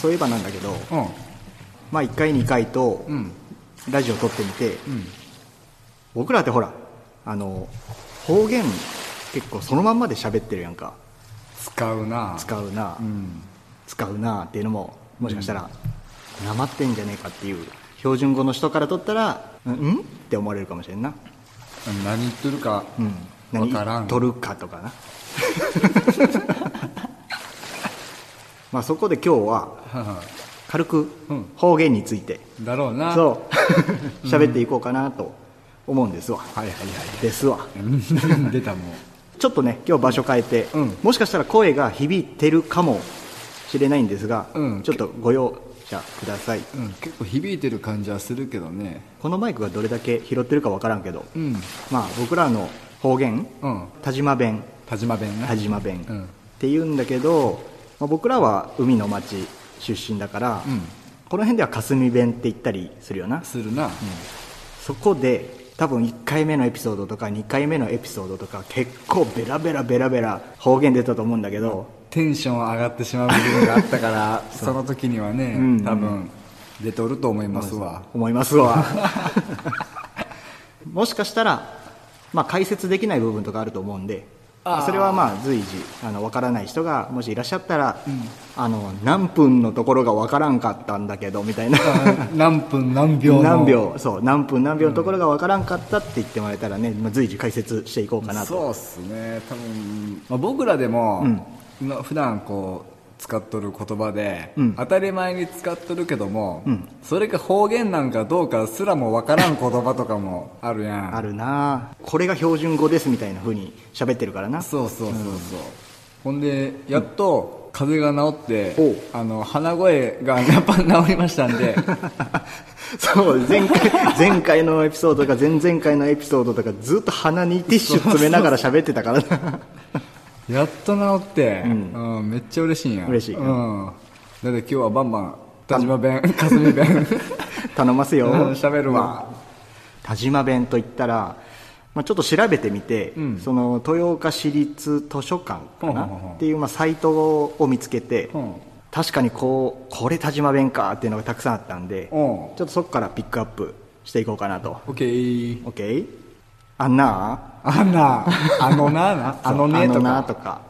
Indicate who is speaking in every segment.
Speaker 1: そういえばなんだけど、
Speaker 2: うん
Speaker 1: まあ、1回2回と
Speaker 2: うん
Speaker 1: ラジオ撮ってみて、
Speaker 2: うん
Speaker 1: 僕らってほらあの方言結構そのまんまで喋ってるやんか
Speaker 2: 使うな
Speaker 1: 使うな、
Speaker 2: うん
Speaker 1: 使うなっていうのももしかしたらなまってんじゃねえかっていう標準語の人から取ったら「うん?ん」って思われるかもしれんな、
Speaker 2: 何言ってるか
Speaker 1: うん、
Speaker 2: 分からん
Speaker 1: 取るかとか な まあそこで今日は軽く
Speaker 2: うん
Speaker 1: 方言について、
Speaker 2: だろうな
Speaker 1: そう喋っていこうか なと思うんですわ、
Speaker 2: はいはい
Speaker 1: ですわ
Speaker 2: はい 出たもう
Speaker 1: ちょっとね今日場所変えて、
Speaker 2: うん
Speaker 1: もしかしたら声が響いてるかもしれないんですが、
Speaker 2: うん
Speaker 1: ちょっとご容赦ください、
Speaker 2: うん、結構響いてる感じはするけどね
Speaker 1: このマイクがどれだけ拾ってるかわからんけど、
Speaker 2: うん
Speaker 1: まあ僕らの方言、
Speaker 2: うん
Speaker 1: 田島弁
Speaker 2: 田島弁な
Speaker 1: 田島弁、
Speaker 2: うん
Speaker 1: っていうんだけど、まあ、僕らは海の町出身だから、
Speaker 2: うん
Speaker 1: この辺では霞弁って言ったりするよな
Speaker 2: するな、
Speaker 1: そこで多分1回目のエピソードとか2回目のエピソードとか結構ベラベラベラベラ方言出たと思うんだけど、
Speaker 2: テンション上がってしまう部分があったから その時にはね、
Speaker 1: うん
Speaker 2: 多分出とると思いますわ、
Speaker 1: 思います わもしかしたら、まあ、解説できない部分とかあると思うんで
Speaker 2: あー
Speaker 1: それはまあ随時あの分からない人がもしいらっしゃったら、あの何分のところが分からんかったんだけどみたいな
Speaker 2: 何分何秒の
Speaker 1: 何秒そう何分何秒のところが分からんかったって言ってもらえたらね、まあ、随時解説していこうかなと
Speaker 2: そうっすね多分、まあ、僕らでも、
Speaker 1: うん
Speaker 2: 今普段こう使っとる言葉で、
Speaker 1: うん
Speaker 2: 当たり前に使っとるけども、
Speaker 1: うん
Speaker 2: それが方言なんかどうかすらもわからん言葉とかもあるやん
Speaker 1: あるなあこれが標準語ですみたいな風に喋ってるからな
Speaker 2: そうそうそうそう、ほんでやっと風邪が治って、
Speaker 1: おう
Speaker 2: あの鼻声がやっぱ治りましたん で
Speaker 1: そう前回前回のエピソードとか前々回のエピソードとかずっと鼻にティッシュ詰めながら喋ってたからな
Speaker 2: やっと治って、
Speaker 1: う
Speaker 2: うんんめっちゃ嬉しいんや
Speaker 1: 嬉しい
Speaker 2: うん、だって今日はバンバン田島弁霞 弁
Speaker 1: 頼ますよ
Speaker 2: うん喋るわ
Speaker 1: 田島弁といったら、まあ、ちょっと調べてみて、
Speaker 2: うん
Speaker 1: その豊岡市立図書館かな
Speaker 2: ほうほうほう
Speaker 1: っていう、まあ、サイトを見つけて、
Speaker 2: うん
Speaker 1: 確かにこうこれ田島弁かっていうのがたくさんあったんで、
Speaker 2: うん
Speaker 1: ちょっとそこからピックアップしていこうかなと
Speaker 2: オッケー
Speaker 1: OK? あんな
Speaker 2: あんなあのな なあのね
Speaker 1: あ
Speaker 2: と
Speaker 1: のな
Speaker 2: か
Speaker 1: とか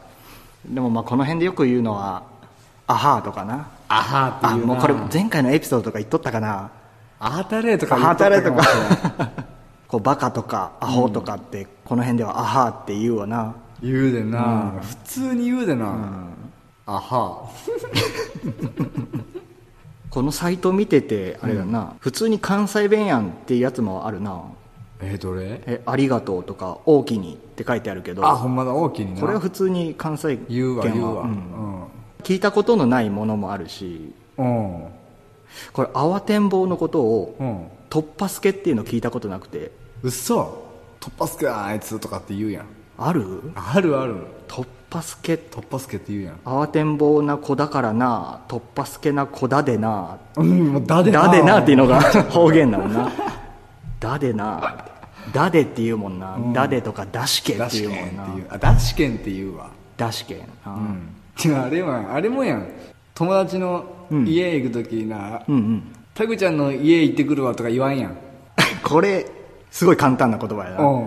Speaker 1: でもまあこの辺でよく言うのは「アハー」とかな
Speaker 2: あはーっ
Speaker 1: あ
Speaker 2: ていうな
Speaker 1: もうこれ前回のエピソードとか言っとったかな
Speaker 2: あはたれと
Speaker 1: 「ア
Speaker 2: か言
Speaker 1: ハ
Speaker 2: っ
Speaker 1: ーた
Speaker 2: った
Speaker 1: れ」と
Speaker 2: もしれん
Speaker 1: か こうバカとかアホとかってこの辺では「アハー」って言うわな
Speaker 2: 言うでな、普通に言うでな、あは
Speaker 1: このサイト見ててあれだな、普通に関西弁やんっていうやつもあるな
Speaker 2: えどれ
Speaker 1: 「えありがとう」とか「大きに」って書いてあるけど
Speaker 2: あほんまだ大きいな
Speaker 1: これは普通に関西圏は
Speaker 2: 言うわ言うわ
Speaker 1: う
Speaker 2: うんん
Speaker 1: 聞いたことのないものもあるし
Speaker 2: うん
Speaker 1: これ慌てんぼうのことを
Speaker 2: うん
Speaker 1: 突破助っていうの聞いたことなくて
Speaker 2: うっそ突破すけあいつとかって言うやん
Speaker 1: ある
Speaker 2: あるある
Speaker 1: 突破助と
Speaker 2: 突破すけって言うやん
Speaker 1: 慌てんぼうな子だからな突破助な子だでな
Speaker 2: うんもうだでな
Speaker 1: だでなっていうのが 方言なのなだでなだでっていうもんな、だでとかだしけっ
Speaker 2: だ
Speaker 1: てい
Speaker 2: し
Speaker 1: う
Speaker 2: けん
Speaker 1: も
Speaker 2: っ
Speaker 1: ん
Speaker 2: て
Speaker 1: な
Speaker 2: いうあだしけんって言うわ
Speaker 1: だしけん
Speaker 2: うん 違うあれはあれもやん友達の家行く時な
Speaker 1: うんうん
Speaker 2: タグちゃんの家行ってくるわとか言わんやん
Speaker 1: これすごい簡単な言葉やな、
Speaker 2: う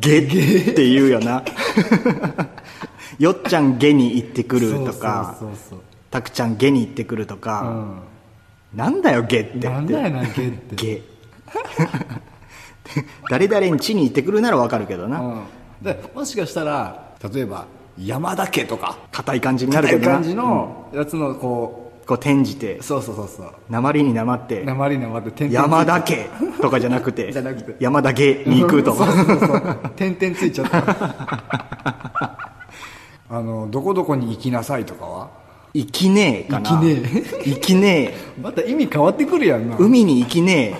Speaker 1: ゲって言うよな よっちゃんゲに行ってくるとか
Speaker 2: そうそうそう
Speaker 1: たくちゃんゲに行ってくると
Speaker 2: そう
Speaker 1: か、
Speaker 2: うん
Speaker 1: なんだよゲって
Speaker 2: なんだよなゲって
Speaker 1: ゲ 誰々に地に行ってくるならわかるけどな
Speaker 2: うんでもしかしたら例えば山田家とか
Speaker 1: 硬い感じになるけどな
Speaker 2: 感じのやつのこ
Speaker 1: こう転じて
Speaker 2: うそうそうそうそう
Speaker 1: 鉛に鉛って
Speaker 2: 鉛のまで点々つい
Speaker 1: 山田家とかじゃなくて
Speaker 2: じゃなくて
Speaker 1: 山田家に行くと
Speaker 2: そうそうそう点々ついちゃった あのどこどこに行きなさいとかは
Speaker 1: 行きねえかな
Speaker 2: 行きね
Speaker 1: え行きねえ
Speaker 2: また意味変わってくるやんな
Speaker 1: 海に行き ね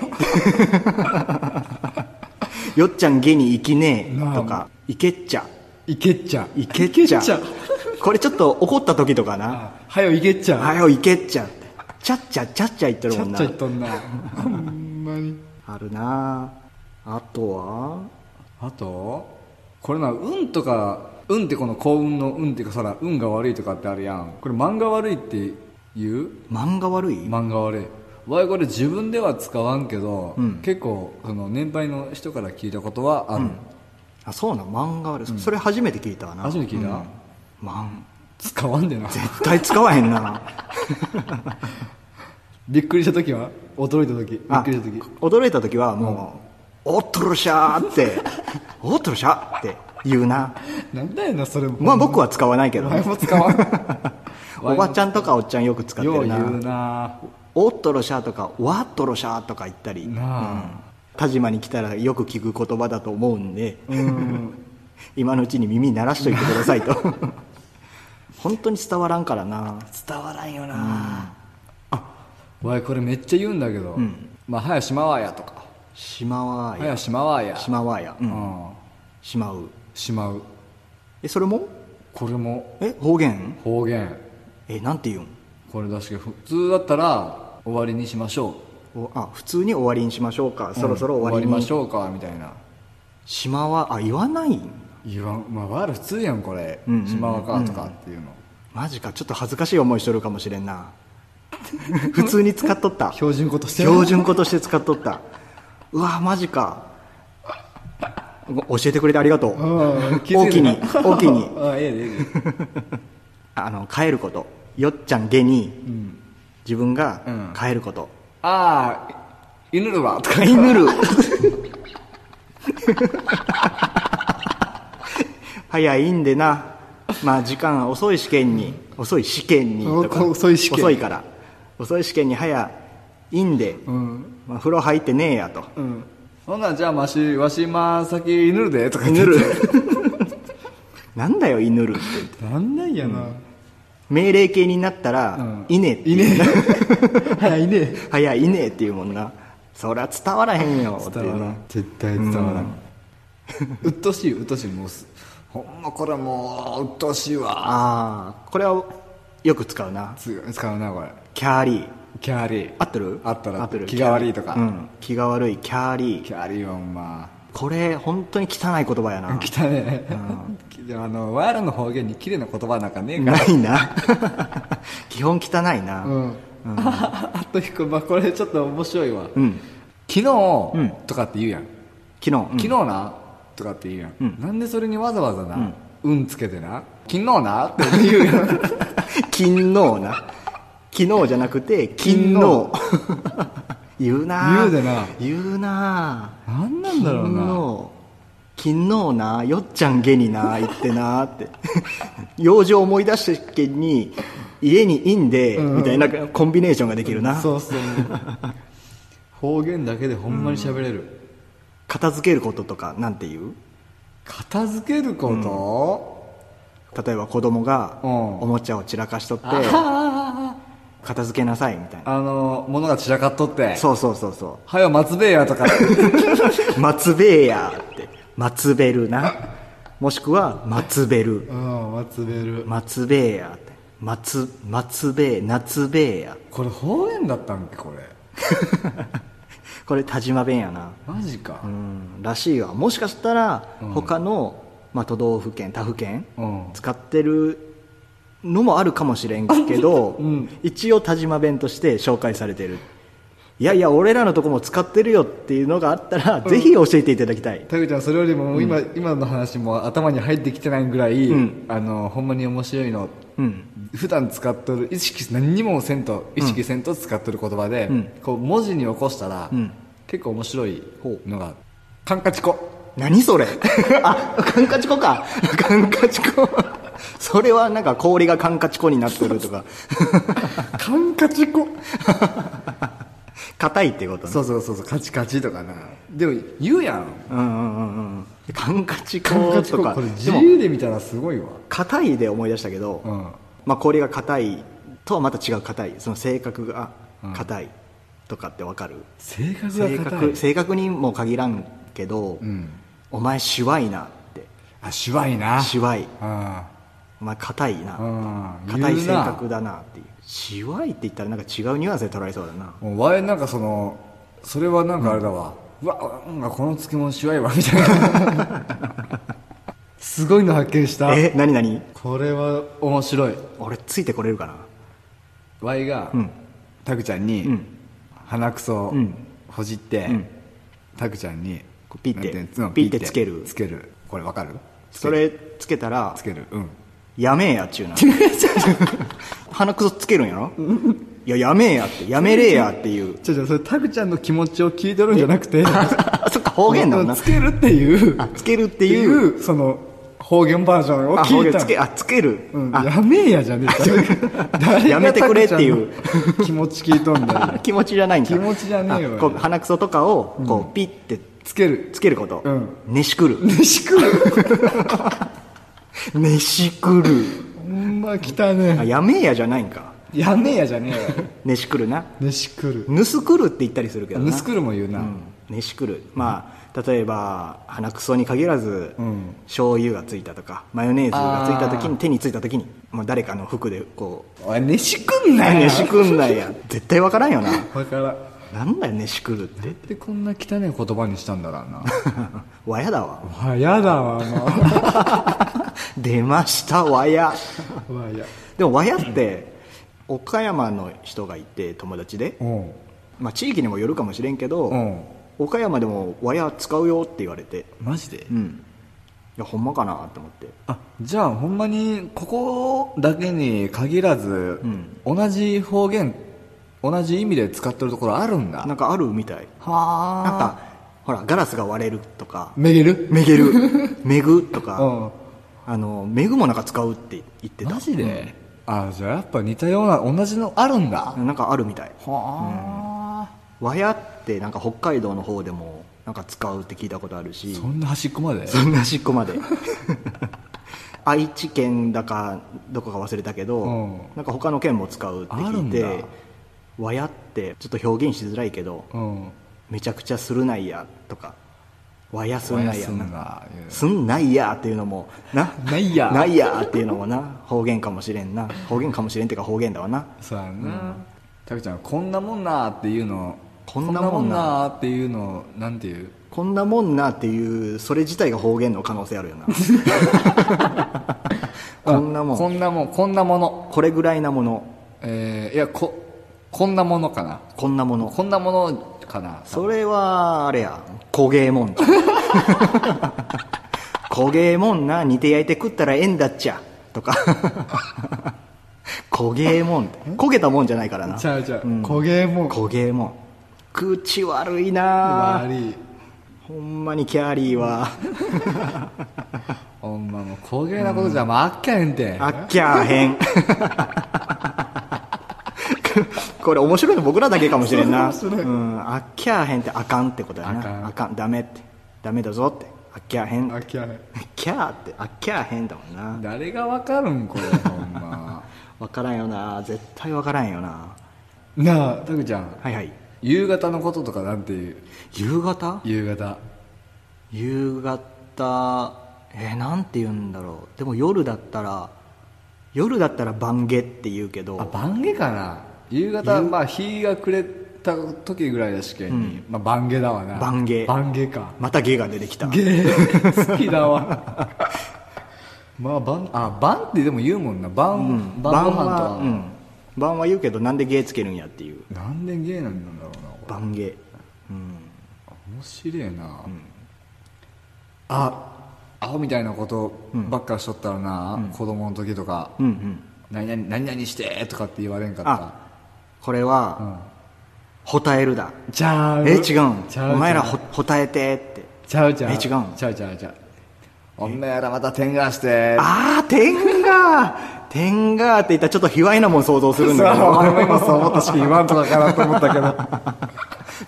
Speaker 1: えよっちゃん家に行きねえ
Speaker 2: なあ
Speaker 1: とか行けっちゃ
Speaker 2: 行けっちゃ
Speaker 1: 行けっちゃ
Speaker 2: 行けっちゃ
Speaker 1: これちょっと怒った時とかな
Speaker 2: あはよ行けっちゃ
Speaker 1: はよ行けっちゃってちゃっちゃちゃっちゃ言ってる
Speaker 2: ち
Speaker 1: も
Speaker 2: ゃっ
Speaker 1: んな
Speaker 2: ちゃいっとんなほんまに
Speaker 1: あるなああとは
Speaker 2: あとこれな運とか運ってこの幸運の運っていうかさ運が悪いとかってあるやんこれ漫画悪いって言う
Speaker 1: 漫画悪い、
Speaker 2: 漫画悪いわいこれ自分では使わんけど、結構その年配の人から聞いたことはある、
Speaker 1: あそうなん漫画悪い、それ初めて聞いたわな
Speaker 2: 初めて聞い
Speaker 1: う
Speaker 2: た、
Speaker 1: んマン
Speaker 2: 使わんでな
Speaker 1: 絶対使わへんな
Speaker 2: びっくりした時は驚いた 時びっくりした時
Speaker 1: あ驚いた時はもう「おっとろしゃー」 って「おっとろしゃー」って言うな
Speaker 2: なんだよなそれも
Speaker 1: まあ僕は使わないけ
Speaker 2: お
Speaker 1: ど
Speaker 2: 前
Speaker 1: ね
Speaker 2: も 使わん
Speaker 1: おばちゃんとかおっちゃんよく使って
Speaker 2: よう
Speaker 1: る
Speaker 2: 言う
Speaker 1: な
Speaker 2: な
Speaker 1: 「おっとろしゃー」とか「わっとろしゃー」とか言ったり
Speaker 2: な
Speaker 1: 田島に来たらよく聞く言葉だと思うんで
Speaker 2: あうん
Speaker 1: 今のうちに耳鳴らしといてくださ いと本当に伝わらんからな
Speaker 2: 伝わらんよなわいこれめっちゃ言うんだけど「まあ早しまわや」とか
Speaker 1: 「しまわ
Speaker 2: 「
Speaker 1: ーや
Speaker 2: 早」しまわや」
Speaker 1: しまわーや」う
Speaker 2: うんん
Speaker 1: 「しまう
Speaker 2: しまう」
Speaker 1: えそれも
Speaker 2: これも
Speaker 1: え方言
Speaker 2: 方言
Speaker 1: えなんて言うん
Speaker 2: これ確か普通だったら「終わりにしましょう」
Speaker 1: おあ普通に終わりにしましょうかそろそろ終わりに、
Speaker 2: ましょうかみたいな
Speaker 1: 島はあ言わないん
Speaker 2: 言わんまあわる普通やんこれ
Speaker 1: うんうんうん
Speaker 2: しまわかとかっていうの
Speaker 1: マジかちょっと恥ずかしい思いしとるかもしれん な普通に使っとった
Speaker 2: 標準語として
Speaker 1: 標準語として使っとったうわマジかご教えてくれてありがとう
Speaker 2: うん気づ
Speaker 1: 大
Speaker 2: い
Speaker 1: き
Speaker 2: てな
Speaker 1: に
Speaker 2: い
Speaker 1: 大き に
Speaker 2: あええでええで
Speaker 1: あの帰ることよっちゃんげに、自分
Speaker 2: う
Speaker 1: が
Speaker 2: ん
Speaker 1: 帰ること、
Speaker 2: ああ犬るわとか
Speaker 1: 飼いぬ る早いんでなまあ時間遅い試験に遅い試験にとか
Speaker 2: お遅い試験
Speaker 1: 遅いから遅い試験に早いんで、
Speaker 2: ん
Speaker 1: まあ、風呂入ってねえやと
Speaker 2: うんほんなんじゃあましわしま先犬るでとか
Speaker 1: 犬
Speaker 2: 言って
Speaker 1: るなんだよ犬るって
Speaker 2: なんなんやな
Speaker 1: 命令形になったら、
Speaker 2: うん
Speaker 1: いねえって
Speaker 2: いね えはいいねえ
Speaker 1: 早いねえっていうもんなそりゃ伝わらへんよっていうな
Speaker 2: 絶対伝わらん うっとうしいうっとうしいもうすほんまこれもううっとうしいわ
Speaker 1: ああこれはよく使うな
Speaker 2: つ使うなこれ
Speaker 1: キャーリー
Speaker 2: キャーリー
Speaker 1: 合ってる
Speaker 2: 合ってる
Speaker 1: 合ってる
Speaker 2: 気が悪いとか
Speaker 1: うん、気が悪いキャーリー
Speaker 2: キャーリーはほんま
Speaker 1: これ本当に汚い言葉やな
Speaker 2: 来たねでもあのワイルの方言に綺麗な言葉なんかねえ か
Speaker 1: ないな基本汚いな、
Speaker 2: らうん あと一個まあこれちょっと面白いわ
Speaker 1: うん
Speaker 2: 昨日
Speaker 1: ん
Speaker 2: とかって言うやん
Speaker 1: 昨日、うん
Speaker 2: 昨日なとかって言うやんなんでそれにわざわざな運つけてな昨日なって言うや ん
Speaker 1: 金のな昨日じゃなくて金の 言うな
Speaker 2: 言うでな
Speaker 1: 言うな
Speaker 2: なんなんだろうな
Speaker 1: 金のなよっちゃんげにな言ってなって用事を思い出したけに家にいんで、みたいなコンビネーションができるな、
Speaker 2: そうそう方言だけでほんまに喋れる、
Speaker 1: 片付けることとかなんて言う
Speaker 2: 片付けること、
Speaker 1: 例えば子供が
Speaker 2: うん
Speaker 1: おもちゃを散らかしとって
Speaker 2: ああ
Speaker 1: 片付けなさいみたいな
Speaker 2: あの物が散らかっとって
Speaker 1: そうそうそうそ
Speaker 2: 「はよ松べえや」と か
Speaker 1: う「松べえや」って「松べるな」もしくは「松べる
Speaker 2: うん松べ」
Speaker 1: 「
Speaker 2: る
Speaker 1: 松べえや」って「松松べえ夏べえや
Speaker 2: これ方言だったんけこれ」
Speaker 1: これ田島弁やな
Speaker 2: マジか
Speaker 1: うんらしいわもしかしたら他の、まあ、都道府県他府県、
Speaker 2: うん
Speaker 1: 使ってるのもあるかもしれんけ ど、
Speaker 2: ん
Speaker 1: 一応田島弁として紹介されてるいやいや俺らのとこも使ってるよっていうのがあったら、ぜひ教えていただきたい
Speaker 2: タグちゃんそれよりも今,、今の話も頭に入ってきてないぐらい、
Speaker 1: うん
Speaker 2: あのほんまに面白いの、
Speaker 1: うん
Speaker 2: 普段使っとる意識何にもせんと意識せんと使っとる言葉で、
Speaker 1: うん
Speaker 2: こう文字に起こしたら、
Speaker 1: うん
Speaker 2: 結構面白い
Speaker 1: ほ
Speaker 2: のがカンカチコ
Speaker 1: 何それ あカンカチコか カンカチコ それはなんか氷がカンカチコになってるとか
Speaker 2: カンカチコ
Speaker 1: 硬いってことね
Speaker 2: そうそうそうそうカチカチとかなでも言うやん
Speaker 1: うんうんうんうんカンカチ
Speaker 2: カン
Speaker 1: コ
Speaker 2: カチ
Speaker 1: と
Speaker 2: コ
Speaker 1: か
Speaker 2: これ自
Speaker 1: でも
Speaker 2: 由で見たらすごいわ
Speaker 1: 硬いで思い出したけど、
Speaker 2: うん
Speaker 1: まあ、氷が硬いとはまた違う硬いその性格が硬いとかってわかる、
Speaker 2: 性格
Speaker 1: 性
Speaker 2: が硬い
Speaker 1: 格性格にも限らんけど、
Speaker 2: うん
Speaker 1: お前しわいなって
Speaker 2: あシュワいな
Speaker 1: しわい
Speaker 2: あ
Speaker 1: お前硬いな、
Speaker 2: あ
Speaker 1: 硬い性格だなっていうしわいって言ったらなんか違うニュアンスで捉えそうだな
Speaker 2: もうわいなんかそのそれはなんかあれだわ、うわなんかこの漬物しわいわみたいな すごいの発見した
Speaker 1: え何何
Speaker 2: これは面白い
Speaker 1: 俺ついてこれるかな
Speaker 2: ワイが、
Speaker 1: ん
Speaker 2: タクちゃんに、
Speaker 1: ん
Speaker 2: 鼻くそを
Speaker 1: ん
Speaker 2: ほじって、
Speaker 1: ん
Speaker 2: タクちゃんにこう
Speaker 1: ピッて
Speaker 2: なんいうの
Speaker 1: ピッてつける
Speaker 2: つけるこれわかる
Speaker 1: それつけたら
Speaker 2: つけるうん
Speaker 1: やめえやっちゅうな鼻くそつけるんやろいややめえやってやめれえやって いう
Speaker 2: じゃじゃそれタク ちゃんの気持ちを聞いてるんじゃなく て
Speaker 1: あそっか方言だもんな
Speaker 2: つけるっていう
Speaker 1: あつけるっ
Speaker 2: って
Speaker 1: ていう
Speaker 2: うその方言バージョンを
Speaker 1: あ方
Speaker 2: 聞い
Speaker 1: 言
Speaker 2: た
Speaker 1: つけあつける、
Speaker 2: うん、
Speaker 1: あ
Speaker 2: やめえやじゃねえか
Speaker 1: やめてくれっていう
Speaker 2: 誰がタクちゃんの気持ち聞いとんだよ
Speaker 1: 気持ちじゃないんだ
Speaker 2: 気持ちじゃねえわ
Speaker 1: あこう鼻くそとかをこうピッて
Speaker 2: つける
Speaker 1: つけること、
Speaker 2: うん
Speaker 1: ねしくる
Speaker 2: 飯食う
Speaker 1: ねしくる
Speaker 2: ほんま汚ね
Speaker 1: あやめえやじゃないんか
Speaker 2: えやめえやじゃねえわ
Speaker 1: ねしくるな
Speaker 2: 飯食う
Speaker 1: ぬすくるって言ったりするけどな
Speaker 2: ぬすくるも言うな、
Speaker 1: うんねしくるまあ例えば鼻くそに限らず、
Speaker 2: ん
Speaker 1: 醤油がついたとかマヨネーズがついた時に手についた時に、まあ、誰かの服でこう
Speaker 2: おい飯食
Speaker 1: 「
Speaker 2: んなよ
Speaker 1: ねしくんないや」絶対分からんよな
Speaker 2: わからん
Speaker 1: なんだよねしくるって
Speaker 2: でこんな汚い言葉にしたんだろ うな
Speaker 1: わやだわ
Speaker 2: わやだわ も
Speaker 1: 出ましたわや
Speaker 2: うわや
Speaker 1: でも和やって岡山の人がいて友達で、
Speaker 2: おう
Speaker 1: まあ、地域にもよるかもしれんけど、
Speaker 2: うん
Speaker 1: 岡山でも和や使うよって言われて
Speaker 2: マジで、
Speaker 1: うんいやほんまかなと思って
Speaker 2: あじゃあほんまにここだけに限らず、
Speaker 1: ん
Speaker 2: 同じ方言同じ意味で使ってるところあるんだ
Speaker 1: なんかあるみたい
Speaker 2: は
Speaker 1: なんかほらガラスが割れるとか
Speaker 2: めげる
Speaker 1: めげる めぐとか、
Speaker 2: うん
Speaker 1: あのめぐもなんか使うって言ってた
Speaker 2: マジで、あじゃあやっぱ似たような同じのあるんだ、
Speaker 1: うんなんかあるみたい
Speaker 2: はあ、
Speaker 1: 和やってなんか北海道の方でもなんか使うって聞いたことあるし
Speaker 2: そんな端っこまで
Speaker 1: そんな端っこまで 愛知県だかどこか忘れたけど、
Speaker 2: うん
Speaker 1: なんか他の県も使うって聞い
Speaker 2: あるん
Speaker 1: て
Speaker 2: だ
Speaker 1: 「和や」ってちょっと表現しづらいけど
Speaker 2: うん
Speaker 1: 「めちゃくちゃするないや」とか「和やすん
Speaker 2: 親
Speaker 1: ないや」
Speaker 2: すん
Speaker 1: なんか
Speaker 2: な
Speaker 1: 「すんないや」っていうのもな「
Speaker 2: ないや
Speaker 1: ないや」っていうのもな方言かもしれんな方言かもしれんっていうか方言だわな
Speaker 2: そうやなたくちゃんこんなもんなーっていうの
Speaker 1: こんなもんな
Speaker 2: こなーっていうのなんていう
Speaker 1: こんなもんなっていうそれ自体が方言の可能性あるよな こんなも
Speaker 2: あこ
Speaker 1: ん
Speaker 2: んなもんこんなもの
Speaker 1: これぐらいなもの
Speaker 2: えー、いやここんなものかな
Speaker 1: こんなもの
Speaker 2: こんなものかな
Speaker 1: それはあれや焦げえもんじゃ焦げえもんな煮て焼いて食ったらええんだっちゃとか焦げえもんって焦げたもんじゃないからな
Speaker 2: ちゃうちゃう、
Speaker 1: ん
Speaker 2: 焦げもん
Speaker 1: 焦げえもん口悪いな
Speaker 2: 悪い
Speaker 1: ほんまにキャリーは
Speaker 2: ほんまもう焦げなことじゃもうあっけへんて
Speaker 1: あっきゃーへ んこれ面白いの僕らだけかもしれんなうん、あっきゃーへんってあかんってことやな
Speaker 2: あかん
Speaker 1: あかんダメってダメだぞってあっきゃーへん
Speaker 2: あっけへん
Speaker 1: キャーってあキャー変だもんな
Speaker 2: 誰がわかるんこれほんま
Speaker 1: 分からんよな絶対分からんよな
Speaker 2: なあたくちゃん
Speaker 1: はいはい
Speaker 2: 夕方のこととかなんていう
Speaker 1: 夕方
Speaker 2: 夕方
Speaker 1: 夕方えー、なんて言うんだろうでも夜だったら夜だったら晩下って言うけ
Speaker 2: あ
Speaker 1: ど
Speaker 2: 晩下かな夕方まあ日が暮れた時ぐらいだしけに、まあ、晩下だわな
Speaker 1: 晩下
Speaker 2: 晩下か
Speaker 1: また下が出てきた
Speaker 2: ゲー好きだわ まあ晩あ晩ってでも言うもんな晩、
Speaker 1: うん
Speaker 2: 晩ご飯と
Speaker 1: は
Speaker 2: は、
Speaker 1: うん、晩は言うけどなんで下つけるんやっていう
Speaker 2: なんでゲーなんだろうなこれ
Speaker 1: 晩下うん
Speaker 2: 面白えな、あアホみたいなことばっかしとったらな、子供の時とか、
Speaker 1: うんうん
Speaker 2: 何々何々してとかって言われんかっ
Speaker 1: あこれ
Speaker 2: た、うん
Speaker 1: は、ほたえるだ
Speaker 2: ちゃう
Speaker 1: えー違うん
Speaker 2: ちゃう
Speaker 1: お前ら
Speaker 2: ちゃ
Speaker 1: ほ
Speaker 2: う
Speaker 1: ほたえてって
Speaker 2: ちゃうちゃう
Speaker 1: え違うん
Speaker 2: ちゃうちゃうちゃうお前らまた天眼して
Speaker 1: ああ、天が 天がって言ったらちょっと卑猥なもん想像するんだけ
Speaker 2: そ
Speaker 1: ど
Speaker 2: う俺も今そう思ったし言わんとかかなと思ったけど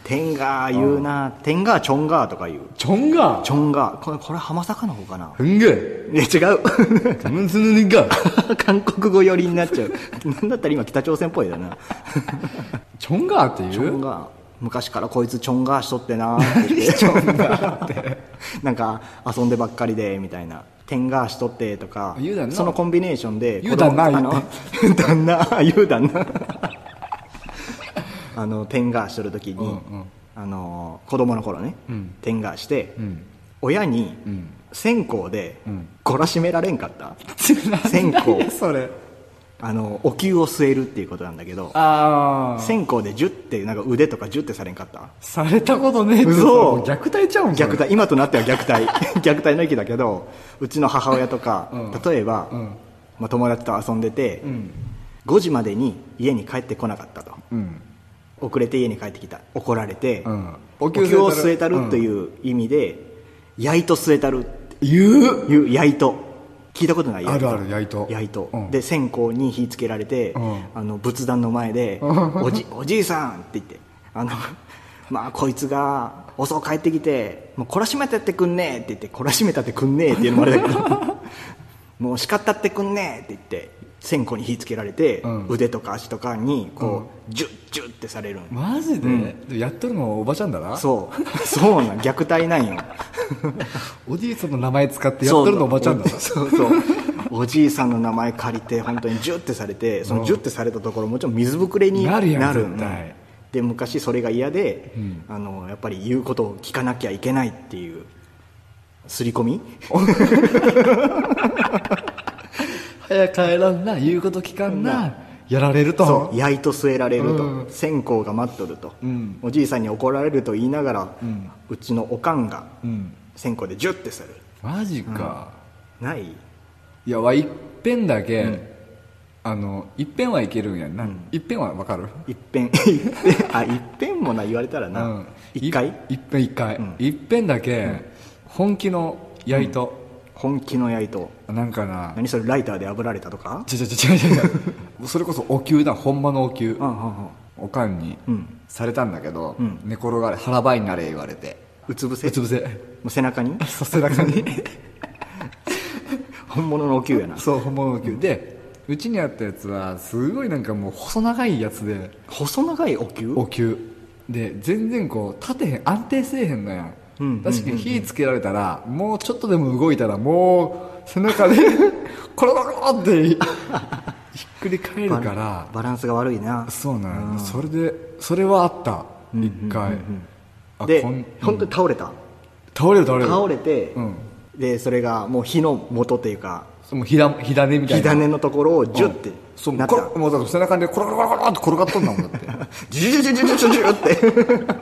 Speaker 1: 天が言うな天がチョンがとか言う
Speaker 2: ちょんが
Speaker 1: チョンがこれこれ浜坂の方かな
Speaker 2: ふん
Speaker 1: い
Speaker 2: げ
Speaker 1: や違う
Speaker 2: たむんすぬにが
Speaker 1: 韓国語寄りになっちゃうなんだったら今北朝鮮っぽいだな
Speaker 2: ちょんがってい
Speaker 1: チョン
Speaker 2: う
Speaker 1: が昔からこいつチョンがしとってなーって言ってチョンがって なんか遊んでばっかりでみたいな天がしとってとか
Speaker 2: 言うだんな
Speaker 1: そのコンビネーションで
Speaker 2: 言うだんな
Speaker 1: 子供あの旦那言うだんな あの天がしとる時に、
Speaker 2: うんうん
Speaker 1: あの子供の頃ね、
Speaker 2: うん
Speaker 1: 天がして、
Speaker 2: うん
Speaker 1: 親に
Speaker 2: うん
Speaker 1: 線香で
Speaker 2: うん
Speaker 1: 懲らしめられんかった、
Speaker 2: 線
Speaker 1: 線香
Speaker 2: それ
Speaker 1: あのお灸を据えるっていうことなんだけど
Speaker 2: ああ
Speaker 1: 線香でジュってなんか腕とかジュってされんかった
Speaker 2: されたことねえって
Speaker 1: 嘘
Speaker 2: もう虐待ちゃうんそれ
Speaker 1: 虐待今となっては虐 待虐待の域だけどうちの母親とか、
Speaker 2: ん
Speaker 1: 例えば、
Speaker 2: うん
Speaker 1: まあ、友達と遊んでて、
Speaker 2: ん
Speaker 1: 5時までに家に帰ってこなかったと
Speaker 2: うん
Speaker 1: 遅れて家に帰ってきた怒られて、
Speaker 2: うん
Speaker 1: お
Speaker 2: お灸
Speaker 1: 灸
Speaker 2: 据えたる
Speaker 1: を据えたるという意味で「やいと据えたる」って
Speaker 2: 言う
Speaker 1: いう「やいと」聞いたことない
Speaker 2: あるあるやいと
Speaker 1: やいと、
Speaker 2: うん
Speaker 1: で線香に火つけられて、
Speaker 2: うん
Speaker 1: あの仏壇の前 で「おじおじいさん」って言ってあの まあこいつが遅く帰ってきて「もう懲らしめてってくんねえ」って言って「懲らしめたってくんねえ」っていうのもあれだけど 「もう叱ったってくんねえ」って言って線香に火つけられて、
Speaker 2: うん
Speaker 1: 腕とか足とかにこう、ジュッジュッってされるん
Speaker 2: マジで、でもやっとるのおばちゃんだな
Speaker 1: そうそうなん虐待なんよ
Speaker 2: おじいさんの名前使ってやっとるのおばちゃんだな
Speaker 1: そうそうおじいさんの名前借りて本当にジュってされてそのジュってされたところもちろん水ぶくれに
Speaker 2: な
Speaker 1: な
Speaker 2: る
Speaker 1: る
Speaker 2: やん
Speaker 1: ん
Speaker 2: 絶対
Speaker 1: で昔それが嫌で、あのやっぱり言うことを聞かなきゃいけないっていう刷り込み
Speaker 2: 早く帰らんな言うこと聞かんなやられると
Speaker 1: そうやいと据えられると、
Speaker 2: うん
Speaker 1: 線香が待っとると、
Speaker 2: うん
Speaker 1: おじいさんに怒られると言いながら、う
Speaker 2: うん
Speaker 1: ちのおかんが
Speaker 2: うん
Speaker 1: 線香でジュってする
Speaker 2: マジか、
Speaker 1: ない
Speaker 2: いやわいっぺんだけ、あのいっぺんはいけるんやんな、いっぺんはわかる
Speaker 1: いっ ぺんいっぺんあいっぺんもな言われたら
Speaker 2: う
Speaker 1: なん一、回
Speaker 2: いいっぺん一回、
Speaker 1: ん
Speaker 2: いっぺんだけ、本気のやいと、
Speaker 1: 本気のやいと
Speaker 2: なんかな
Speaker 1: 何それライターで炙られたとか
Speaker 2: 違う違う違う違う違う それこそお灸だほんまのお
Speaker 1: う
Speaker 2: 灸、
Speaker 1: んうんうん
Speaker 2: おかんに
Speaker 1: うん
Speaker 2: されたんだけど、
Speaker 1: うん
Speaker 2: 寝転がれ腹ばいになれ言われて
Speaker 1: うつ伏せ
Speaker 2: うつ伏せ
Speaker 1: もう背中に
Speaker 2: そう背中に
Speaker 1: 本物のお灸やな
Speaker 2: そう本物のお灸でうちにあったやつはすごいなんかもう細長いやつで
Speaker 1: 細長いお灸
Speaker 2: お灸で全然こう立てへん安定せえへんのやん、
Speaker 1: うんうんうんうん
Speaker 2: 確かに火つけられたらもうちょっとでも動いたらもう背中で コロコロコロってひっくり返る
Speaker 1: バ
Speaker 2: から
Speaker 1: ランスが悪いな
Speaker 2: そうなんやそれでそれはあった
Speaker 1: うん
Speaker 2: 一回あ
Speaker 1: で
Speaker 2: こん
Speaker 1: 本当に倒れた
Speaker 2: 倒れる倒れる
Speaker 1: 倒れて
Speaker 2: うん
Speaker 1: でそれがもう火の元というか
Speaker 2: その火だ火種みたい
Speaker 1: 火
Speaker 2: な
Speaker 1: 種のところをジュッて
Speaker 2: そう
Speaker 1: なっ
Speaker 2: コ
Speaker 1: た
Speaker 2: ロもうだから背中でコロコロコロコロって転がっとんだもんだって
Speaker 1: ジュジュジュジュジュジュジュ って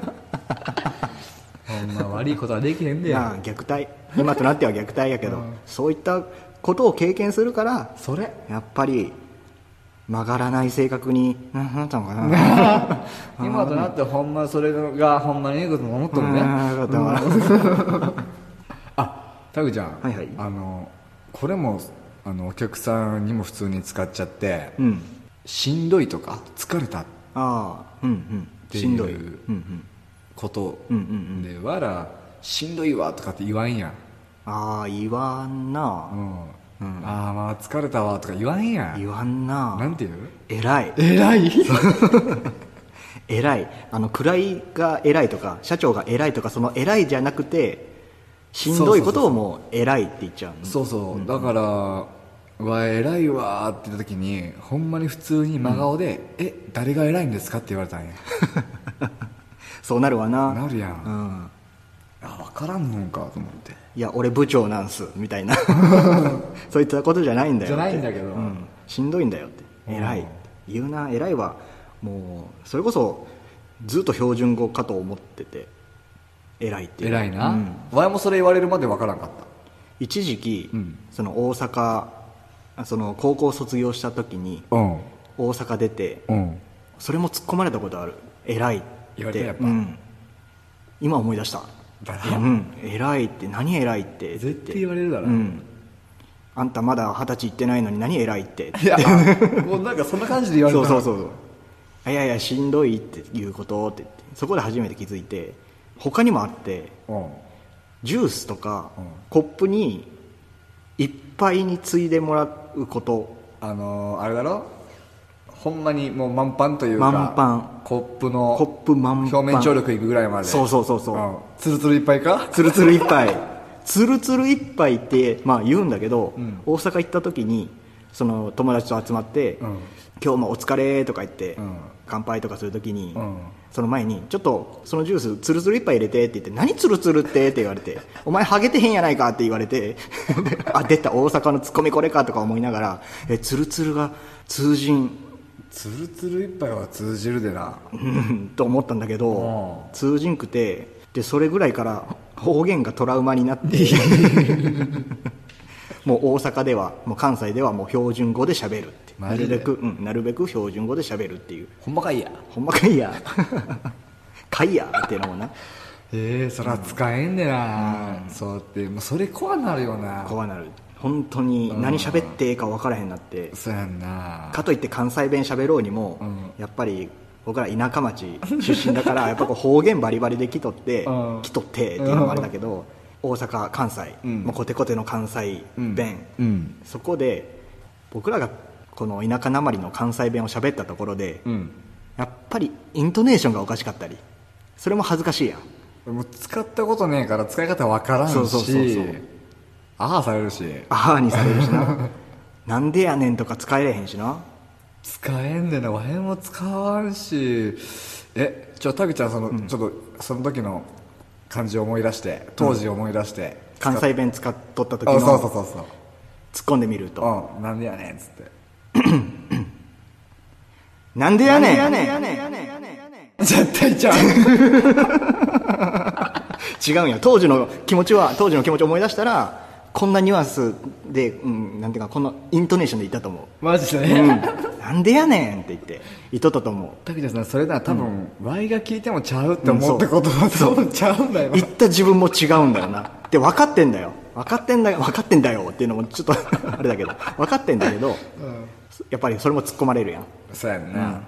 Speaker 2: ほんま悪いことはできへんで
Speaker 1: なあ虐待今となっては虐待やけどそういったことを経験するから
Speaker 2: それ
Speaker 1: やっぱり曲がらない性格にななったのかな
Speaker 2: 今となってほんまそれがほんまにいいことも思っとる ね
Speaker 1: あーよかったわ
Speaker 2: あタグちゃん、
Speaker 1: はいはい
Speaker 2: あのこれもあのお客さんにも普通に使っちゃって、
Speaker 1: うん
Speaker 2: しんどいとか疲れた
Speaker 1: ああうんうん
Speaker 2: ていう
Speaker 1: しんどいうんうん
Speaker 2: こと
Speaker 1: うんうんうん
Speaker 2: で、わらしんどいわとかって言わんやん、
Speaker 1: ああ言わん
Speaker 2: う
Speaker 1: なん
Speaker 2: ああまあ疲れたわとか言わんやん
Speaker 1: 言わん
Speaker 2: な
Speaker 1: なん
Speaker 2: て言う
Speaker 1: 偉い
Speaker 2: 偉い
Speaker 1: 偉いあの位が偉いとか社長が偉いとかその偉いじゃなくてしんどいことをもう偉いって言っちゃうの
Speaker 2: そうそう、だから「わ偉いわ」って言った時にほんまに普通に真顔で「え誰が偉いんですか?」って言われたんや
Speaker 1: そうなるわな
Speaker 2: なるや、
Speaker 1: うんん
Speaker 2: あ分からんのんかと思って
Speaker 1: いや俺部長なんすみたい なそういったことじゃないんだよ
Speaker 2: じゃないん
Speaker 1: って
Speaker 2: だけど
Speaker 1: うん、しんどいんだよって偉いって言うな偉いはもうそれこそずっと標準語かと思ってて偉いっていう
Speaker 2: 偉いな、
Speaker 1: うん
Speaker 2: わいもそれ言われるまで分からんかった
Speaker 1: 一時期、
Speaker 2: うん
Speaker 1: その大阪あその高校卒業した時に
Speaker 2: うん
Speaker 1: 大阪出て
Speaker 2: うん
Speaker 1: それも突っ込まれたことある偉いって
Speaker 2: 言われたやっぱ
Speaker 1: うん今思い出した
Speaker 2: だ
Speaker 1: いやうん偉いって何偉いって
Speaker 2: 絶対言われるだろ
Speaker 1: うん、あんたまだ二十歳行ってないのに何偉いって
Speaker 2: いやもうなんかそんな感じで言われ
Speaker 1: そ
Speaker 2: た
Speaker 1: うそうそうそうあいやいやしんどいっていうことって言ってそこで初めて気づいて他にもあって
Speaker 2: う、うん、
Speaker 1: ジュースとか、
Speaker 2: うん
Speaker 1: コップにいっぱいについでもらうこと
Speaker 2: あのー、あれだろほんまにもう満帆というか
Speaker 1: 満帆
Speaker 2: コップの
Speaker 1: コップ満帆
Speaker 2: 表面張力いくぐらいまで
Speaker 1: そうそうそうそうん
Speaker 2: ツルツルいっぱいか
Speaker 1: つるつる一杯つるつる一杯って、まあ、言うんだけど、
Speaker 2: うん
Speaker 1: 大阪行った時にその友達と集まって、
Speaker 2: うん
Speaker 1: 今日もお疲れ」とか言って、
Speaker 2: うん
Speaker 1: 乾杯とかするときに、
Speaker 2: うん
Speaker 1: その前に「ちょっとそのジュースつるつる一杯入れて」って言って「何つるつるって」って言われて 「お前ハゲてへんやないか」って言われて 「あ出た大阪のツッコミこれか」とか思いながら「えつるつるが通じん」
Speaker 2: つるつる一杯は通じるでな
Speaker 1: うん と思ったんだけど
Speaker 2: う
Speaker 1: 通じんくてでそれぐらいから 方言がトラウマに なってもう大阪ではもう関西ではもう標準語でしゃべるってな
Speaker 2: マ
Speaker 1: る
Speaker 2: ジで
Speaker 1: べく、うん、なるべく標準語でしゃべるっていう
Speaker 2: ほんまかいや
Speaker 1: ほんまかいや かいやっていうのもな
Speaker 2: ええそら使えんでな、そうやってもうそれ怖なるよな
Speaker 1: 怖なる本当に何喋ってええか分からへんなって
Speaker 2: そうやんな
Speaker 1: かといって関西弁喋ろうにも、
Speaker 2: ん
Speaker 1: やっぱり僕ら田舎町出身だから やっぱこう方言バリバリで来とって、
Speaker 2: うん
Speaker 1: 来とってっていうのもあれだけど、大阪関西、
Speaker 2: うん
Speaker 1: もうコテコテの関西弁、
Speaker 2: うんうん
Speaker 1: そこで僕らがこの田舎なまりの関西弁を喋ったところで、
Speaker 2: うん
Speaker 1: やっぱりイントネーションがおかしかったりそれも恥ずかしいやん
Speaker 2: もう使ったことねえから使い方わからんし
Speaker 1: そうそうそうそう
Speaker 2: ああされるし
Speaker 1: ああにされるしな なんでやねんとか使えれへんしな
Speaker 2: 使えんでな和へも使わんしえじゃあタビちゃんその、ちょっとその時の感じを思い出して当時を思い出して、
Speaker 1: 関西弁使っとった時
Speaker 2: あそう
Speaker 1: の
Speaker 2: そうそうそう
Speaker 1: 突っ込んでみると
Speaker 2: うん、なんでやねんっつって
Speaker 1: なんでやねん
Speaker 2: 絶対ちゃ う
Speaker 1: 違うんや当時の気持ちは当時の気持ちを思い出したらこんなニュアンスで、うん、なんていうかこのイントネーションで言ったと思
Speaker 2: マジで、
Speaker 1: う、うん、なんでやねんって言って言っとったと思
Speaker 2: タキちゃんさんそれなら多分、Y が聞いてもちゃうって思ったことは、そうちゃうんだよ
Speaker 1: う言った自分も違うんだよなで分かってんだよ分かってんだよ分かってんだよっていうのもちょっと あれだけど分かってんだけどやっぱりそれも突っ込まれるやん
Speaker 2: そうやんな、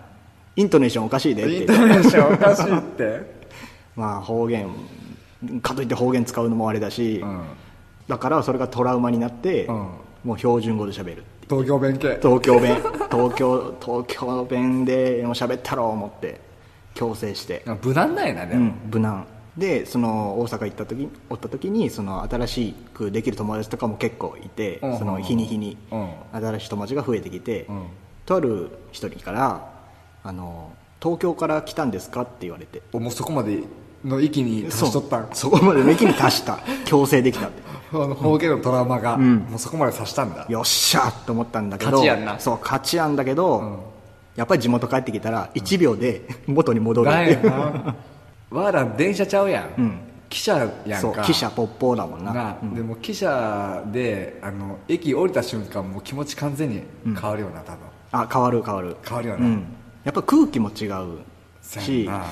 Speaker 1: イントネーションおかしいでって言っ
Speaker 2: イント
Speaker 1: て
Speaker 2: ネーションおかしいって
Speaker 1: まあ方言かといって方言使うのもあれだし、
Speaker 2: ん
Speaker 1: だからそれがトラウマになって、
Speaker 2: うん
Speaker 1: もう標準語で喋る
Speaker 2: 東京弁慶
Speaker 1: 東京弁東京東京弁でもう喋ったろう思って強制して、
Speaker 2: あ無難ないなで
Speaker 1: う
Speaker 2: も、
Speaker 1: ん、無難でその大阪行った時おった時にその新しくできる友達とかも結構いて、
Speaker 2: うん
Speaker 1: その日に日に
Speaker 2: うん
Speaker 1: 新しい友達が増えてきて、
Speaker 2: うん
Speaker 1: とある一人からあの「東京から来たんですか?」って言われて
Speaker 2: おもうそこまでの域に達しとったん
Speaker 1: そこまでの域に達 した強制できたって
Speaker 2: あの方言のトラウマが、もうそこまでさしたんだ
Speaker 1: よっしゃと思ったんだけど
Speaker 2: 勝ちやんな
Speaker 1: そう勝ちやんだけど、やっぱり地元帰ってきたら1秒で元に戻るって
Speaker 2: だ
Speaker 1: いう、
Speaker 2: よなわら電車ちゃうやん、汽車や
Speaker 1: そ
Speaker 2: ん
Speaker 1: う
Speaker 2: か
Speaker 1: 汽車ポッポーだもんな
Speaker 2: な、でも汽車であの駅降りた瞬間もう気持ち完全に変わるよな多分、
Speaker 1: あ変わる変わる
Speaker 2: 変わるよ
Speaker 1: う
Speaker 2: な、
Speaker 1: ん、やっぱ空気も違う
Speaker 2: そう
Speaker 1: し
Speaker 2: やな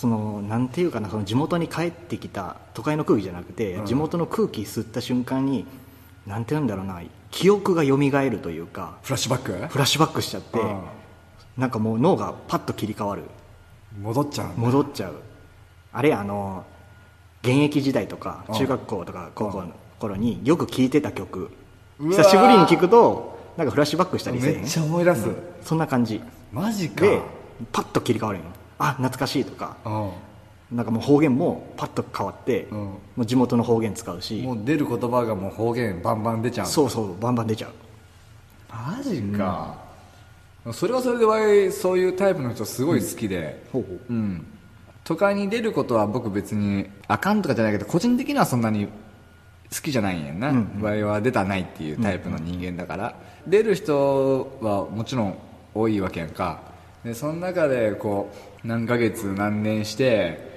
Speaker 1: そのなんていうかなその地元に帰ってきた都会の空気じゃなくて、地元の空気吸った瞬間になんていうんだろうな記憶が蘇るというか
Speaker 2: フラッシュバッ
Speaker 1: フ
Speaker 2: ク
Speaker 1: ラッシュバックしちゃって、
Speaker 2: うん
Speaker 1: なんかもう脳がパッと切り替わる
Speaker 2: 戻っちゃうんだ
Speaker 1: 戻っちゃうあれあの現役時代とか中学校とか高校の頃によく聴いてた曲
Speaker 2: うわー
Speaker 1: 久しぶりに聴くとなんかフラッシュバックしたりせえへ
Speaker 2: め
Speaker 1: ん
Speaker 2: っちゃ思い出す、
Speaker 1: そんな感じ
Speaker 2: マジか
Speaker 1: でパッと切り替わるんよあ懐かしいとか
Speaker 2: う
Speaker 1: なんかもう方言もパッと変わって、
Speaker 2: ん
Speaker 1: もう地元の方言使うんし
Speaker 2: もう出る言葉がもう方言バンバン出ちゃう
Speaker 1: そうそうバンバン出ちゃう
Speaker 2: マジか、それはそれでわいそういうタイプの人すごい好きで
Speaker 1: ほうほう
Speaker 2: うん、都会に出ることは僕別にあかんとかじゃないけど個人的にはそんなに好きじゃないんやな、
Speaker 1: うん
Speaker 2: わいは出たないっていうタイプの人間だから、出る人はもちろん多いわけやんかでその中でこう何ヶ月何年して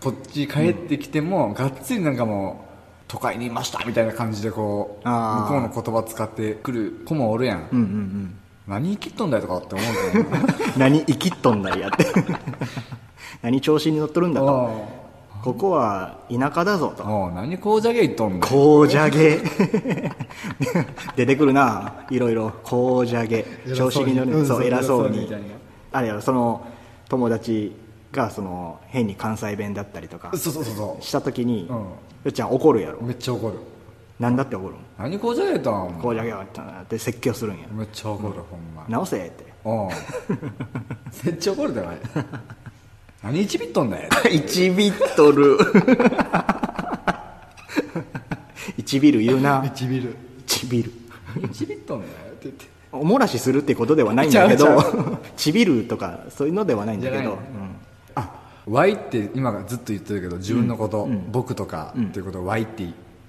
Speaker 2: こっち帰ってきても、がっつりなんかもう都会にいましたみたいな感じでこう
Speaker 1: あー
Speaker 2: 向こうの言葉使ってくる子もおるやん、
Speaker 1: うんうんうん
Speaker 2: 何生きっとんだよとかって思うけ どな
Speaker 1: 何生きっとんだりやって 何調子に乗っとるんだと
Speaker 2: おう
Speaker 1: ここは田舎だぞと
Speaker 2: おう何こうじゃげいっとんだよ
Speaker 1: こうじゃげ 出てくるないろいろこうじゃげ
Speaker 2: 偉そ
Speaker 1: 調
Speaker 2: うに
Speaker 1: 子に乗
Speaker 2: う
Speaker 1: る
Speaker 2: ん
Speaker 1: そう
Speaker 2: そう
Speaker 1: 偉そう
Speaker 2: 偉
Speaker 1: に
Speaker 2: そうに
Speaker 1: あれやろその友達がその変に関西弁だったりとか
Speaker 2: そうそうそうそ
Speaker 1: した時に、
Speaker 2: うん
Speaker 1: よっちゃん怒るやろ
Speaker 2: うめっちゃ怒る
Speaker 1: なんだって怒るん
Speaker 2: 何こうじゃげいとん
Speaker 1: こうじゃげよって説教するんや
Speaker 2: めっちゃ怒る、ほんま
Speaker 1: 直せって
Speaker 2: おう めっちゃ怒るだよ あれ何一ビッとんだよ
Speaker 1: 1ビットル1ビル言うな
Speaker 2: 一ビル
Speaker 1: 1ビル
Speaker 2: 一ビッとんだよって言って
Speaker 1: お漏らしするってことではないんだけど
Speaker 2: ちゃう
Speaker 1: ちびるとかそういうのではないんだけ
Speaker 2: じゃ
Speaker 1: ど、う
Speaker 2: ない
Speaker 1: ん
Speaker 2: わいって今ずっと言ってるけど自分のこと、僕とかっていうことをわいって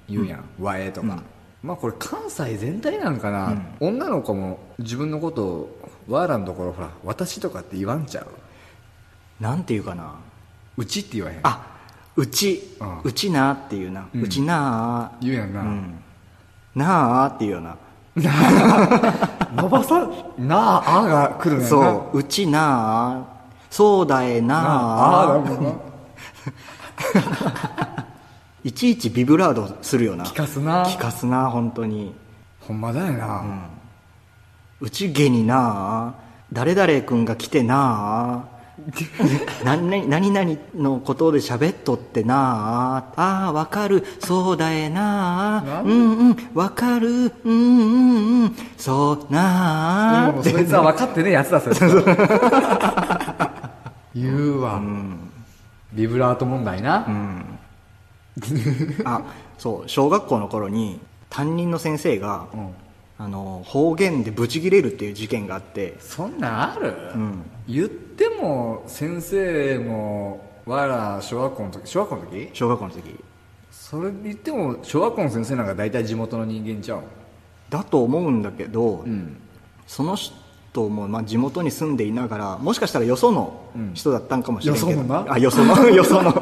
Speaker 2: 言うやん、わえとか、まあこれ関西全体なんかな、女の子も自分のことをわーらのところほら私とかって言わんちゃう
Speaker 1: なんていうかな
Speaker 2: うちって言わへん
Speaker 1: あうち、
Speaker 2: う
Speaker 1: うんちなっていうな、う
Speaker 2: うん
Speaker 1: ちなあ
Speaker 2: 言うやんな、
Speaker 1: うんなあっていうような
Speaker 2: 伸ばさなああが来るねんな
Speaker 1: そううちなあそうだえな
Speaker 2: な
Speaker 1: あ
Speaker 2: ああだもんない
Speaker 1: ちいちビブラードするよな
Speaker 2: 聞かすな
Speaker 1: 聞かすな本当に
Speaker 2: ほんまだよな、
Speaker 1: うちげになあ誰々君が来てな あ何々何々のことで喋っとってなあああわかるそうだえな
Speaker 2: な
Speaker 1: あ
Speaker 2: ん
Speaker 1: うんうんわかるうんうんうんそうなあ
Speaker 2: もうそいつは分かってねえやつだそいつは 言うわ、ビブラート問題な、
Speaker 1: あそう小学校の頃に担任の先生が、
Speaker 2: うん
Speaker 1: あの方言でブチギレるっていう事件があって
Speaker 2: そんなんある、
Speaker 1: ん
Speaker 2: 言っても先生も我ら小学校の時小学校の時
Speaker 1: 小学校の時
Speaker 2: それ言っても小学校の先生なんか大体地元の人間ちゃう
Speaker 1: だと思うんだけど、
Speaker 2: ん
Speaker 1: その人もまあ地元に住んでいながらもしかしたらよその
Speaker 2: うん
Speaker 1: 人だったんかもしれないけど、
Speaker 2: よそのな
Speaker 1: あよその よそ の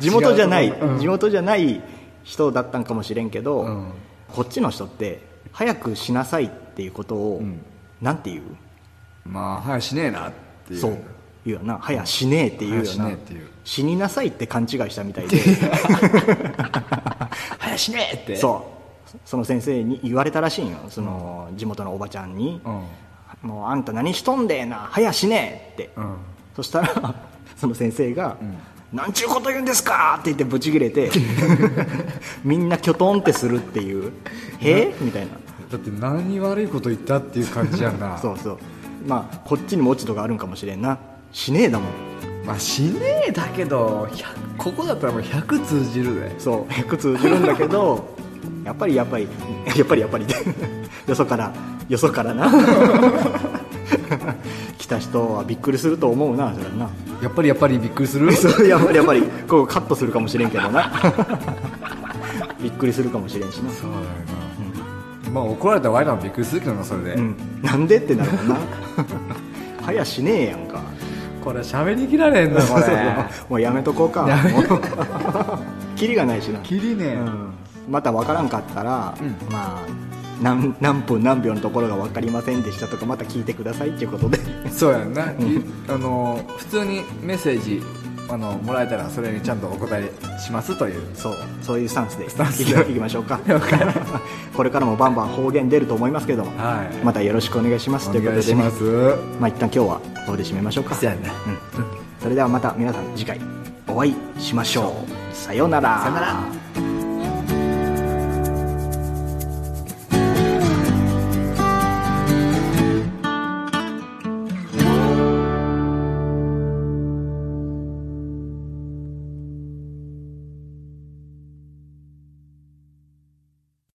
Speaker 1: 地元じゃない、
Speaker 2: 違うとこうん
Speaker 1: 地元じゃない人だったんかもしれんけど、
Speaker 2: うん
Speaker 1: こっちの人って早くしなさいっていうことを、
Speaker 2: うん
Speaker 1: なんて言う
Speaker 2: まあ早しねえなっていう
Speaker 1: そう言うよな早しねえって言うよ
Speaker 2: 早し
Speaker 1: な
Speaker 2: ねえっていう
Speaker 1: 死になさいって勘違いしたみたいで
Speaker 2: 早しねえって
Speaker 1: そうそその先生に言われたらしいんよその地元のおばちゃんに、
Speaker 2: うん
Speaker 1: もうあんた何しとんでえな早しねえって、
Speaker 2: うん
Speaker 1: そしたら その先生が「
Speaker 2: ん
Speaker 1: なんちゅうこと言うんですか!」って言ってブチギレ てみんなきょとんってするっていう「へえ?」みたいな
Speaker 2: だって何悪いこと言ったっていう感じやん な
Speaker 1: そうそうまあこっちにも落ち度があるんかもしれんなしねえだもん
Speaker 2: まあしねえだけど100ここだったらもう100通じるで
Speaker 1: そう100通じるんだけど やっぱりやっぱり やっぱりやっぱりってよそからよそから な来た人はびっくりすると思うなそれはな
Speaker 2: やっぱりやっぱりびっくりする
Speaker 1: そう やっぱりやっぱりこうカットするかもしれんけどな びっくりするかもしれんしな、
Speaker 2: そうだよな、まあ怒られたら我らもびっくりするけどなそれで、
Speaker 1: うん、なんでってなるもんな早しねえやんか
Speaker 2: これ喋りきら れんなこ
Speaker 1: そう
Speaker 2: れ
Speaker 1: そう もうやめとこうか
Speaker 2: やめ
Speaker 1: もう キリがないしな
Speaker 2: きりねえ、
Speaker 1: うんまた分からんかったら、
Speaker 2: うん
Speaker 1: まあ何何分何秒のところが分かりませんでしたとかまた聞いてくださいっていう ことで
Speaker 2: そうやんな、あの普通にメッセージあのもらえたらそれにちゃんとお答えしますという
Speaker 1: そうそういうスタンスで
Speaker 2: タンスで
Speaker 1: いきましょう か これからもバンバン方言出ると思いますけども、
Speaker 2: はい
Speaker 1: またよろしくお願いしますと
Speaker 2: お
Speaker 1: いうこ
Speaker 2: 願い
Speaker 1: とで、
Speaker 2: し
Speaker 1: ね、
Speaker 2: ますそう
Speaker 1: まあ一旦今日はここで締めましょうか
Speaker 2: やんな
Speaker 1: うんそれではまた皆さん次回お会いしましょうさようなら
Speaker 2: さよなら